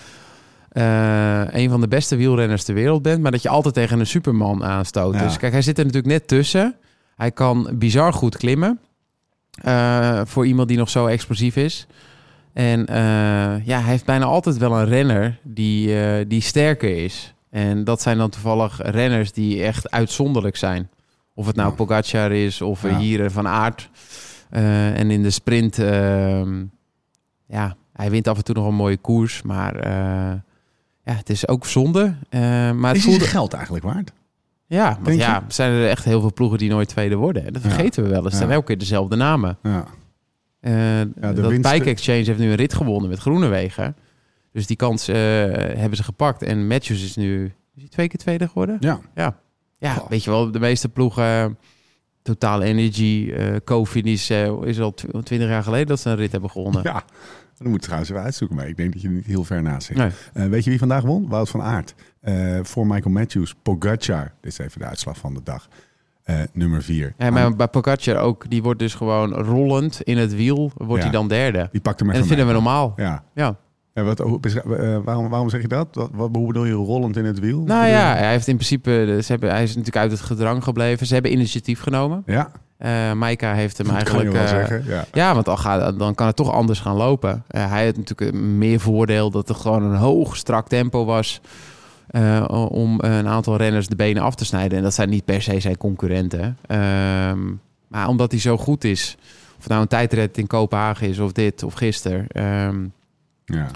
eh, een van de beste wielrenners ter wereld bent, maar dat je altijd tegen een superman aanstoot.
Ja.
Dus kijk, hij zit er natuurlijk net tussen. Hij kan bizar goed klimmen eh, voor iemand die nog zo explosief is. En eh, ja, hij heeft bijna altijd wel een renner die, eh, die sterker is. En dat zijn dan toevallig renners die echt uitzonderlijk zijn. Of het nou
Ja.
Pogacar is of eh,
Ja.
hier eh, Van Aert. Eh, en in de sprint, ehm, ja, hij wint af en toe nog een mooie koers. Maar eh, ja, het is ook zonde. Eh, maar het
Is hij
voelde...
zijn geld eigenlijk waard?
Ja, want
Denk je?
ja, zijn er echt heel veel ploegen die nooit tweede worden. Dat
Ja.
vergeten we wel eens. Het zijn
Ja.
elke keer dezelfde namen.
Ja.
Eh
de
dat
winst-
Bike Exchange heeft nu een rit gewonnen met Groenewegen. Dus die kans eh, hebben ze gepakt. En Matthews is nu is hij twee keer tweede geworden.
ja.
Ja,
Goh.
weet je wel, de meeste ploegen... Total Energy, eh Co-finish eh, is al tw- twintig jaar geleden dat ze een rit hebben gewonnen.
Ja. Dan moet je trouwens even uitzoeken, maar ik denk dat je er niet heel ver naast zit.
Nee.
Eh, weet je wie vandaag won? Wout van Aert. Eh, voor Michael Matthews, Pogacar. Dit is even de uitslag van de dag. Eh, nummer 4.
Ja, maar bij Pogacar ook, die wordt dus gewoon rollend in het wiel, wordt
Ja.
hij dan derde. En
Die pakt hem
dat
even
vinden we
mee.
normaal.
Ja.
Ja.
En wat, hoe beschrijf- eh, waarom, waarom zeg je dat? Wat, wat, hoe bedoel je rollend in het wiel?
Nou
Bedoel-
ja, hij heeft in principe, eh, ze hebben, hij is natuurlijk uit het gedrang gebleven. Ze hebben initiatief genomen.
Ja,
Eh Maika heeft hem
dat kan
eigenlijk.
je wel
eh,
zeggen. Ja.
ja, want al gaat, dan kan het toch anders gaan lopen. Eh, hij had natuurlijk meer voordeel dat er gewoon een hoog, strak tempo was. eh, om een aantal renners de benen af te snijden. En dat zijn niet per se zijn concurrenten. Ehm, maar omdat hij zo goed is. Of het nou een tijdrit in Kopenhagen is, of dit, of gisteren. ehm,
Ja.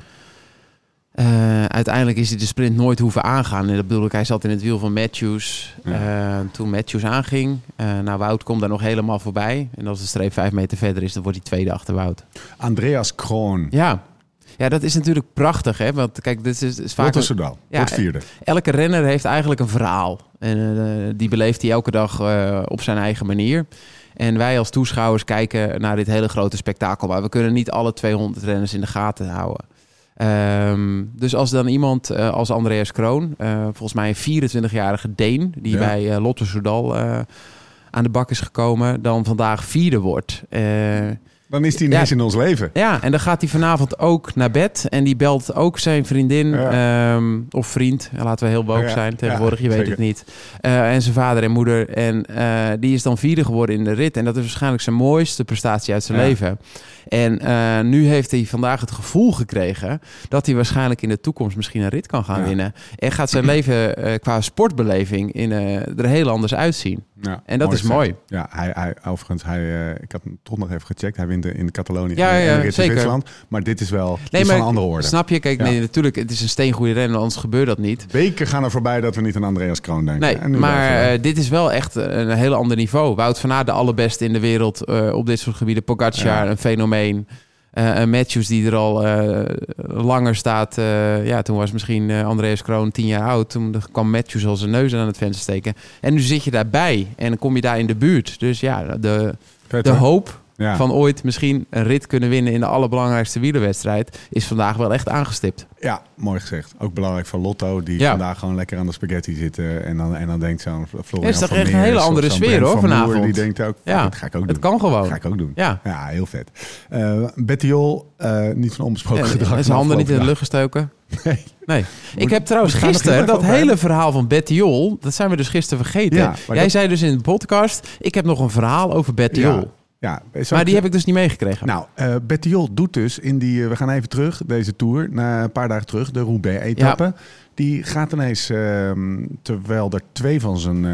eh, uiteindelijk is hij de sprint nooit hoeven aangaan. En dat bedoel ik, hij zat in het wiel van Matthews. Eh, toen Matthews aanging, eh nou, Wout komt daar nog helemaal voorbij. En als de streep vijf meter verder is, dan wordt hij tweede achter Wout.
Andreas Kroon.
Ja, ja dat is natuurlijk prachtig, hè? Want kijk, dit is, is vaak...
Rotterdam.
Ja, eh,
wordt vierde.
Elke renner heeft eigenlijk een verhaal. En eh, die beleeft hij elke dag eh, op zijn eigen manier. En wij als toeschouwers kijken naar dit hele grote spektakel. Maar we kunnen niet alle 200 renners in de gaten houden. Ehm, dus als dan iemand eh, als Andreas Kroon, eh, volgens mij een 24-jarige Deen, die
Ja.
bij eh, Lotte Soudal eh, aan de bak is gekomen, dan vandaag vierde wordt. Eh,
Dan is hij
Ja.
ineens in ons leven.
ja, en dan gaat hij vanavond ook naar bed. En die belt ook zijn vriendin ehm, of vriend. Ja, Laten we heel boos
Ja,
zijn tegenwoordig,
ja,
je weet
zeker.
het niet. Eh, en zijn vader en moeder. En eh, die is dan vierde geworden in de rit. En dat is waarschijnlijk zijn mooiste prestatie uit zijn
Ja.
leven. En eh, nu heeft hij vandaag het gevoel gekregen... dat hij waarschijnlijk in de toekomst misschien een rit kan gaan
Ja.
winnen. En gaat zijn leven eh, qua sportbeleving in, eh, er heel anders uitzien.
Ja,
En dat is
gezegd.
mooi.
Ja, hij, hij, overigens, hij, eh, ik had hem toch nog even gecheckt. Hij wint in de Catalonië
Ja,
en,
ja,
en de rit in
zeker.
Zwitserland. Maar dit is wel dit is van een andere orde.
snap je? Kijk,
Ja.
nee, natuurlijk, het is een steengoede renner, anders gebeurt dat niet.
Weken gaan er voorbij dat we niet aan Andreas Kroon denken.
Nee,
En nu
maar
wel.
eh, dit is wel echt een heel ander niveau. Wout van Aert, de allerbeste in de wereld eh, op dit soort gebieden. Pogacar,
Ja.
een fenomeen. Eh, en Matthews die er al eh, langer staat. Eh, ja, toen was misschien eh, Andreas Kroon tien jaar oud. Toen kwam Matthews al zijn neus aan het venster steken. En nu zit je daarbij en dan kom je daar in de buurt. Dus ja, de,
Vet,
de
hè?
hoop
Ja.
van ooit misschien een rit kunnen winnen in de allerbelangrijkste wielerwedstrijd, is vandaag wel echt aangestipt.
Ja, mooi gezegd. Ook belangrijk voor Lotto, die
Ja.
vandaag gewoon lekker aan de spaghetti zitten. En dan, en dan denkt zo'n Fl- Florian
Ja, is toch
van
echt een
Meers
hele
of
andere
zo'n
sfeer,
Brent
hoor,
van Moer,
vanavond.
Die denkt ook,
Ja.
dat ga ik ook doen.
Het kan gewoon.
ga ik ook doen.
Ja.
Ja, heel vet. Eh Betty Jol, eh, niet van onbesproken
Ja,
gedrag.
en
van
zijn handen niet in de
afgelopen
lucht gestoken.
Nee.
Nee. Ik heb
moet je daar nog
trouwens
heel
gisteren
even
dat
over
hele
hebben?
verhaal van Betty Jol, dat zijn we dus gisteren vergeten.
Ja, maar
Jij
dat-
zei dus in de podcast, ik heb nog een verhaal over Betty
dag.
Jol.
Ja, ja. Zou
Maar die heb ik dus niet meegekregen.
Nou, eh Betty Jol doet dus in die... eh, we gaan even terug, deze tour. Na een paar dagen terug, de Roubaix-etappe. Die gaat ineens, ehm, terwijl er twee van zijn... eh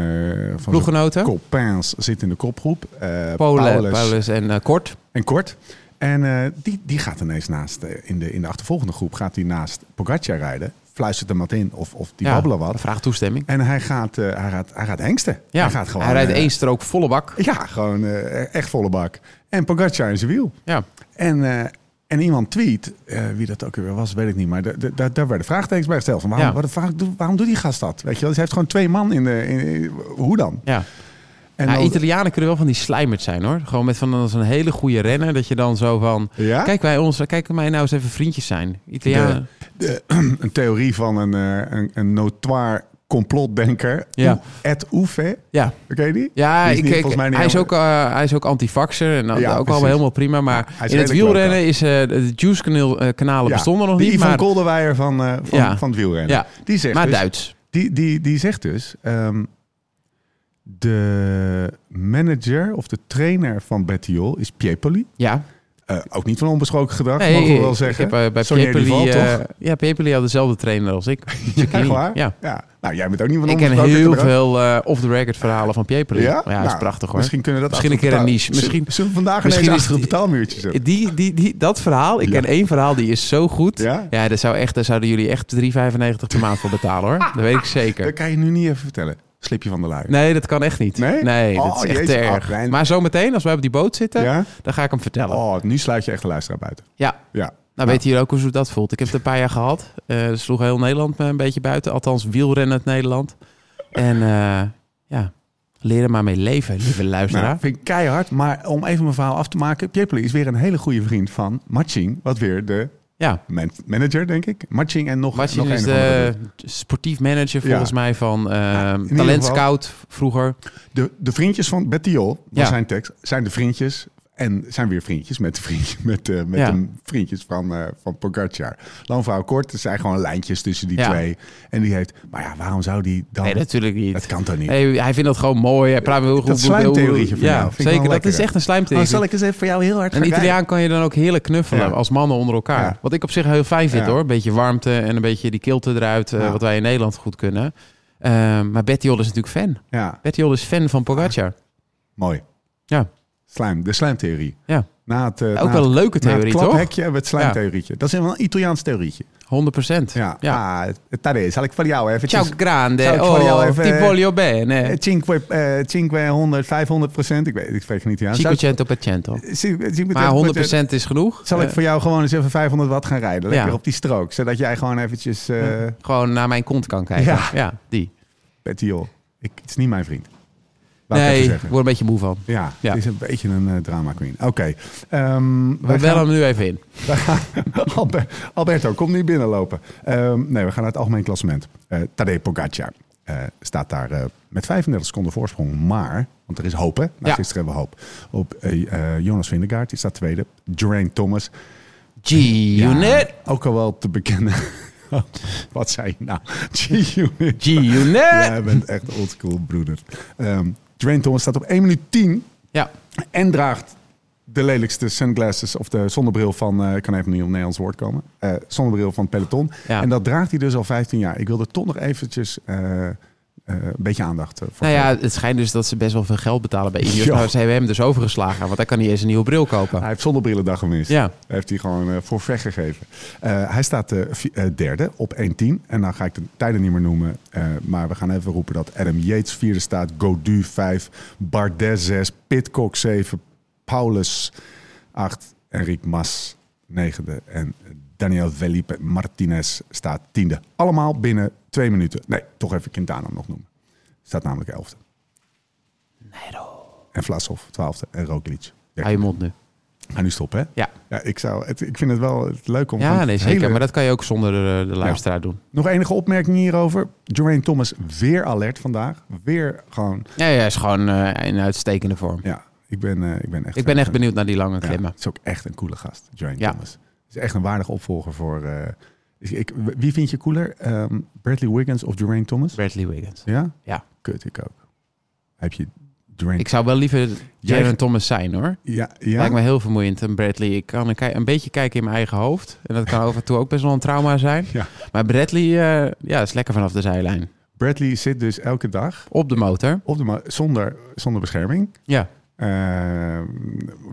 van zijn
Ploeggenoten,
Copains zit in de kopgroep. Eh,
Polen, Paulus.
Paulus
en eh, Kort.
en Kort. En eh, die, die gaat ineens naast, eh, in, de, in de achtervolgende groep, gaat die naast Pogacar rijden. Fluistert hem wat in of, of die
Ja,
babbelen wat.
Vraag toestemming.
En hij gaat, eh, hij gaat, hij gaat hengsten.
Ja,
hij gaat gewoon...
rijdt
eh,
één strook volle bak.
Ja, gewoon eh, echt volle bak. En Pogacar in zijn wiel.
Ja.
En, eh, en iemand tweet, eh, wie dat ook weer was, weet ik niet. Maar de- de- daar- daar werden vraagtekens bij gesteld. Van waarom,
Ja.
wat, waarom, doet- waarom doet die gast dat? Weet je wel? Dus hij heeft gewoon twee man in de... In, in- hoe dan?
Ja.
En
ja,
dan-
Italianen kunnen wel van die slijmerd zijn hoor. Gewoon met van als een hele goede renner. Dat je dan zo van.
ja?
Kijk, wij ons, kijk mij nou eens even vriendjes zijn. Italianen.
de- een theorie van een, eh, een, een notoire complotdenker.
Ja.
Ed Oefe,
Ja,
ken je die?
ja
Die is
ik,
niet-
ik-
volgens mij niet
hij, is ook,
helemaal-
eh, hij is ook antifaxer. En dat
Ja,
ook
precies.
allemaal helemaal prima. Maar
hij is
in het
redelijk
wielrennen is eh, de juice-kanalen kanalen
Ja,
bestonden nog
die
niet.
Ivan
Maar,
Kolderweijer van, eh, van,
Ja.
van het wielrennen.
Ja.
Die zegt
maar
dus,
Duits.
die, die, die zegt dus ehm, de manager of de trainer van Bettiol is Piepoli.
Ja.
Eh, ook niet van onbesproken gedrag,
Nee,
mogen we wel
ik
zeggen.
heb, eh, bij
Sonnier
Piepoli,
Duval,
eh,
toch?
ja, Piepoli had dezelfde trainer als ik.
Echt waar?
Ja.
Nou, jij bent ook niet van
Ik ken
onbesproken
heel
gedrag.
veel eh, off-the-record verhalen van Piepoli.
Ja?
Ja, ja dat is
Nou,
prachtig hoor.
Misschien kunnen we dat
Misschien een
achter
keer een
betaal-
niche. Misschien-
Zullen we vandaag
misschien
ineens
is
achter het
die-
betaalmuurtje zetten?
Die, die, die, dat verhaal, ik
Ja.
ken één verhaal, die is zo goed.
Ja?
Ja, daar, zou echt, daar zouden jullie echt 3,95 per maand voor betalen hoor. Dat weet ik zeker.
Dat kan je nu niet even vertellen. Slipje van de lui.
Nee, dat kan echt niet.
Nee?
dat
Oh,
is echt
jezus,
te erg.
ach, Rijn.
Maar zometeen, als wij op die boot zitten,
Ja?
dan ga ik hem vertellen.
Oh, nu sluit je echt de luisteraar buiten.
Ja.
Ja.
Nou, weet jullie ook hoe ze dat voelt? Ik heb het een paar jaar gehad. Eh sloeg heel Nederland me een beetje buiten. Althans, wielrennend Nederland. En eh, ja, leren maar mee leven, lieve luisteraar.
Nou, vind ik keihard. Maar om even mijn verhaal af te maken. Piepoli is weer een hele goede vriend van Matching. Wat weer de
ja,
man- manager, denk ik. Matching en nog,
Martin
nog
is
een of andere.
de dus, eh, sportief manager volgens mij van eh,
ieder
Talent
geval-
Scout vroeger.
De, de vriendjes van Bettiol, was
Ja.
zijn tekst, zijn de vriendjes en zijn weer vriendjes met de, vriend, met, eh, met
Ja.
de vriendjes van, eh van Pogacar. Lang verhaal kort, er zijn gewoon lijntjes tussen die
Ja.
twee. En die heeft, maar ja, waarom zou die dan...
Nee, natuurlijk niet.
dat kan toch niet? Oh,
Hey, hij vindt dat gewoon mooi. Hij praat heel goed.
Dat slijmtheorietje van
Ja,
jou vind ik wel
zeker. Dat
lekker,
is
hè?
echt een slijmtheorie.
ik eens even voor jou heel hard
een Italiaan kan je dan ook heerlijk knuffelen
Ja.
als mannen onder elkaar.
Ja.
Wat ik op zich heel fijn vind
Ja.
hoor. Een beetje warmte en een beetje die kilte eruit. eh,
Ja.
Wat wij in Nederland goed kunnen. Eh, maar Bettiol is natuurlijk fan.
Ja,
Bettiol is fan van Pogacar.
mooi.
Ja.
Slijm, de slijmtheorie.
Ja.
Na het, eh, na
Ook wel
het,
een
na
leuke
het
theorie toch? 100%.
klaphekje hebben we het slijmtheorietje. Dat is wel een Italiaans theorietje. Ja. Ah, Tadee, zal ik voor jou eventjes...
Ciao grande.
Zou ik voor jou
Oh,
even-
ti voglio bene.
Eh, Cinque, eh, cinque 100, 500 procent. Ik weet ik spreek geen Italiaans. Zou-
500%.
Zie- zie ik
Maar
meteen-
100% is genoeg.
eh, Zal ik
Eh,
voor jou gewoon eens even 500 watt gaan rijden? Lekker
Ja.
op die strook. Zodat jij gewoon eventjes... eh
gewoon naar mijn kont kan kijken.
Ja.
Ja, die.
Betty, joh, ik, het is niet mijn vriend. Laat ik
Nee,
even
ik
zeggen.
word een beetje moe van.
Ja,
Ja.
het is een beetje een eh, drama queen. Oké. ehm,
We
wij
bellen hem nu even in.
wij gaan- Alber- Alberto, kom niet binnenlopen. Ehm, nee, we gaan naar het algemeen klassement. Eh Tadej Pogacar eh, staat daar eh, met 35 seconden voorsprong. Maar, want er is hoop hè? Nou,
Ja.
Gisteren hebben we hoop. Op eh, eh, Jonas Vindegaard, die staat tweede. Geraint Thomas Ja,
G-Unit.
Ook al wel te bekennen. Wat zei je nou? G-Unit.
G-Unit. Ja.
Jij bent echt oldschool, broeder. Ehm Dwayne Thomas staat op 1 minuut 10 en draagt de lelijkste sunglasses of de zonnebril van... eh, ik kan even niet op het Nederlands woord komen. Eh, zonnebril van het peloton.
Ja.
En dat draagt hij dus al 15 jaar. Ik wilde toch nog eventjes eh, eh, een beetje aandacht eh, voor
Nou
geven.
ja, het schijnt dus dat ze best wel veel geld betalen bij Ineos.
Ja.
Nou, ze hebben hem dus overgeslagen, want hij kan niet eens een nieuwe bril
Hij
kopen.
heeft zonnebrillendag gemist.
Ja.
Heeft hij gewoon eh, voor weggegeven. Eh, hij staat eh, vi- eh, derde op 1-10. En dan ga ik de tijden niet meer noemen. eh, maar we gaan even roepen dat Adam Yates vierde staat. Godu 5. Bardet 6. Pitcock 7. Paulus 8. Enrique Mas 9e. En Daniel Felipe Martinez staat 10e. Allemaal binnen twee minuten. Nee, toch even Quintana nog noemen. Staat namelijk 11e. En Vlasov 12e. En Roglic
Hou je mond nu.
Ga Nou, nu stoppen, hè?
Ja.
ik, zou, het, ik vind het wel het leuk om... van
Ja,
het
nee, zeker.
hele-
Maar dat kan je ook zonder eh, de luisteraar doen.
Nog enige opmerkingen hierover? Joraine Thomas weer alert vandaag. Weer gewoon...
Ja, ja, is gewoon eh, in uitstekende vorm.
Ja, ik ben, eh, ik ben echt...
Ik ben echt
eh,
benieuwd naar die lange
Ja,
klimmen.
het is ook echt een coole gast, Joanne
Ja.
Thomas. Het is echt een waardige opvolger voor... eh, ik- ik, wie vind je cooler? Ehm, Bradley Wiggins of Joanne Thomas?
Bradley Wiggins.
Ja?
Ja.
Kut, ik ook. Heb je Joanne...
Ik zou wel liever
Jij-
Jaron Thomas zijn hoor.
ja, ja?
Lijkt me heel vermoeiend, een Bradley. Ik kan een, ki- een beetje kijken in mijn eigen hoofd. En dat kan af en toe ook best wel een trauma zijn.
Ja.
Maar Bradley eh, ja, is lekker vanaf de zijlijn.
Bradley zit dus elke dag
Op de motor.
op de ma- zonder, zonder bescherming.
Ja.
Ehm,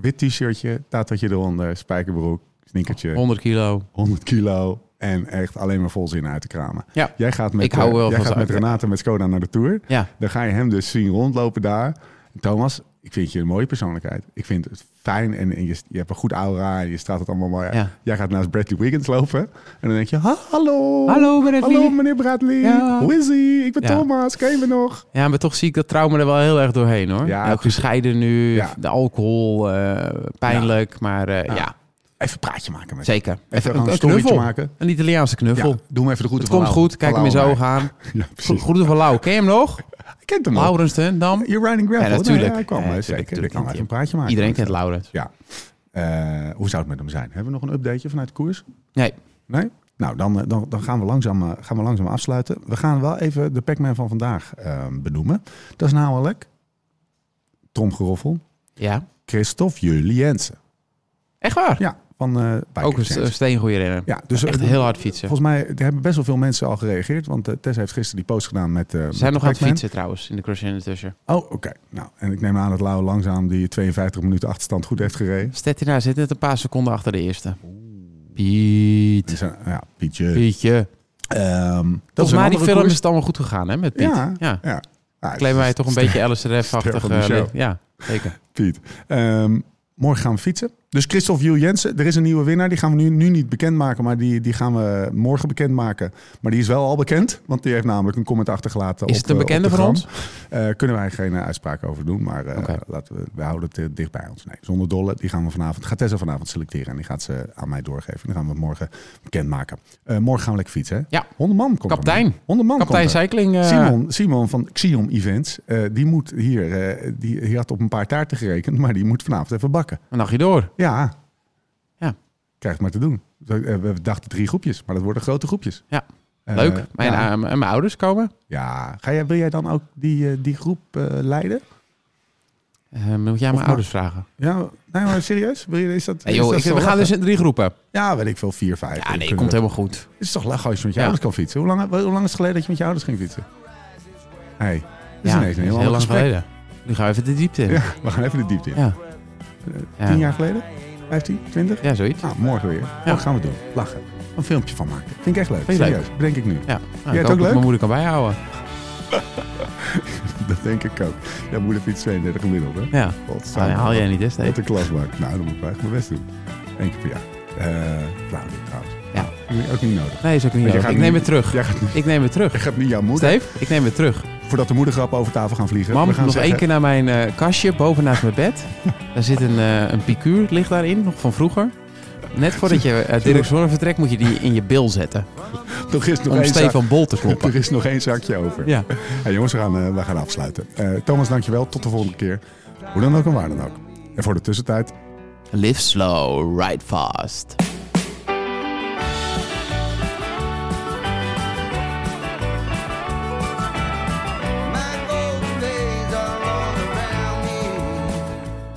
wit t-shirtje, tatoeage eronder, spijkerbroek, sneakertje,
100 kilo.
100 kilo. En echt alleen maar volzin uit te kramen.
Ja.
Jij gaat met,
Ik hou
eh,
wel
jij
van
gaat met
zaken.
Renate met Skoda naar de Tour.
Ja.
Dan ga je hem dus zien rondlopen daar. Thomas, ik vind je een mooie persoonlijkheid. Ik vind het fijn en, en je, je hebt een goed aura en je straat het allemaal mooi uit.
Ja.
Jij gaat naast Bradley Wiggins lopen en dan denk je, "Ha, hallo.
Hallo Bradley.
Hallo, meneer Bradley.
Ja.
Hoe is ie? Ik ben
Ja.
Thomas, ken je me nog?
Ja, maar toch zie ik dat trauma er wel heel erg doorheen hoor.
Ja,
Ja, ook gescheiden nu,
Ja.
de alcohol, eh, pijnlijk. Maar eh, ja.
Even een praatje maken met
zeker.
Even, een, storytje
knuffel.
maken.
Een Italiaanse
Ja,
knuffel.
doe hem even de groeten
Het
van
komt
Lau.
goed, kijk
Van
hem in zijn
Lau
ogen aan.
bij. Ja,
Goed,
precies.
Groeten van Lau, ken je hem nog?
Ik kent hem al.
Laurens ten Dam.
You're riding gravel.
Ja, natuurlijk.
Nee, hij kwam.
Ja,
eh,
natuurlijk,
zeker. Ik
natuurlijk
kan
kent
even een praatje maken.
Iedereen
met
kent
hem.
Laurens.
Eh, hoe zou het met hem zijn? Hebben we nog een updateje vanuit de koers?
Nee.
Nee? Nou, dan, eh, dan, dan gaan, we langzaam, eh, gaan we langzaam afsluiten. We gaan wel even de Pac-Man van vandaag eh, benoemen. Dat is namelijk Tom Geroffel,
Ja.
Christophe Juliensen.
Echt waar?
Ja, van eh Bike
Ook een
Exchange.
st- steengoeie renner.
Ja, dus
Echt
eh,
heel hard fietsen.
volgens mij er hebben best wel veel mensen al gereageerd. Want eh, Tess heeft gisteren die post gedaan met. eh,
Ze
met de
zijn nog aan het
Pac-Man.
fietsen trouwens, in de crush tussen.
Oh, oké. Nou, en ik neem aan dat Lau langzaam die 52 minuten achterstand goed heeft gereden.
Stettina zit net een paar seconden achter de eerste. Piet.
Dus, eh, ja, Pietje.
Pietje.
Ehm, dat is
Volgens
een
mij die
andere
film
koers.
is het allemaal goed gegaan, hè, met Piet.
Ja.
ja.
Ah,
Claimen wij toch een beetje
ster
LSRF-achtig.
van de
eh,
show.
lid- ja, zeker.
Piet. Ehm, morgen gaan we fietsen. Dus Christophe Jules Jensen, er is een nieuwe winnaar. Die gaan we nu, nu niet bekendmaken, maar die, die gaan we morgen bekendmaken. Maar die is wel al bekend, want die heeft namelijk een comment achtergelaten.
Is
op,
het een
eh, op
bekende
de
van
gram.
ons?
Eh, kunnen wij geen eh, uitspraak over doen, maar eh,
Oké.
laten we, we houden het eh, dicht bij ons. Nee, zonder dolle, die gaan we vanavond, gaat Tessa vanavond selecteren en die gaat ze aan mij doorgeven. Dan gaan we het morgen bekendmaken. Eh, morgen gaan we lekker fietsen, hè?
Ja.
100 man komt er,
Kaptein.
man. 100 man
Kaptein
komt er.
Cycling. eh,
Simon, Simon van Xion Events, eh, die moet hier, eh, die, die had op een paar taarten gerekend, maar die moet vanavond even bakken.
Een nachtje door.
Ja.
Ja.
Krijg het maar te doen. Zo, eh, We dachten drie groepjes, maar dat worden grote groepjes.
Ja.
Eh,
Leuk. mijn,
ja.
eh, mijn mijn ouders komen.
ja. Ga jij, wil jij dan ook die, eh, die groep eh, leiden?
Eh, moet jij mijn
maar-
ouders vragen?
Ja, nee, maar serieus? Wil je, is dat,
Nee,
is
joh,
dat
ik-
zo
we gaan
lachen?
dus in drie groepen.
Ja, weet ik veel, vier, vijf.
Ja,
Dan
nee,
kunnen
komt
we-
helemaal goed.
Het is toch lachen als je met je
Ja.
ouders kan fietsen? Hoe lang, hoe lang is het geleden dat je met je ouders ging fietsen? Hé, hey, dat is
ja,
ineens een heel,
heel lang
ander gesprek.
geleden. Nu gaan we even de diepte in. Ja,
Ja, we gaan even de diepte in.
ja.
Tien jaar geleden? Vijftien? Twintig?
ja zoiets.
Nou, morgen weer. Wat gaan we doen? Lachen. Een filmpje van maken. Vind ik echt leuk.
Vind je leuk?
Serieus, bedenk ik nu.
Ja. Nou,
het
ik hoop
ook
dat
leuk?
mijn moeder kan bijhouden.
Dat denk ik ook. Jouw moeder fietst 32 gemiddeld, hè?
Ja.
Wat
Nou, ja, haal jij niet eens, nee.
Wat een klasbak. Nou, dan moet ik eigenlijk mijn best doen. Eén keer per jaar. Eh, flauw dit trouwens.
Ja.
Ook niet nodig.
Nee, is
Want
ook niet
jij
nodig.
gaat
Ik
nu-
neem het terug.
Jij gaat, nu-
Ik neem het
jij
terug.
gaat nu jouw moeder,
Steve, ik neem het terug.
voordat de moedergrappen over tafel gaan vliegen.
Mam,
we
nog
gaan zeggen-
één keer naar mijn eh, kastje boven naast mijn bed. daar zit een, eh een picuur, ligt daarin, nog van vroeger. Net voordat je uit directoren vertrekt, moet je die in je bil zetten.
Er is nog
Om
één zak-
Stefan Bol te kloppen.
Er is nog één zakje over.
Ja.
Hey, jongens, we gaan, eh, we gaan afsluiten. Eh, Thomas, dankjewel. Tot de volgende keer. Hoe dan ook en waar dan ook. En voor de tussentijd,
Live slow, ride fast.
My golden days are all around me.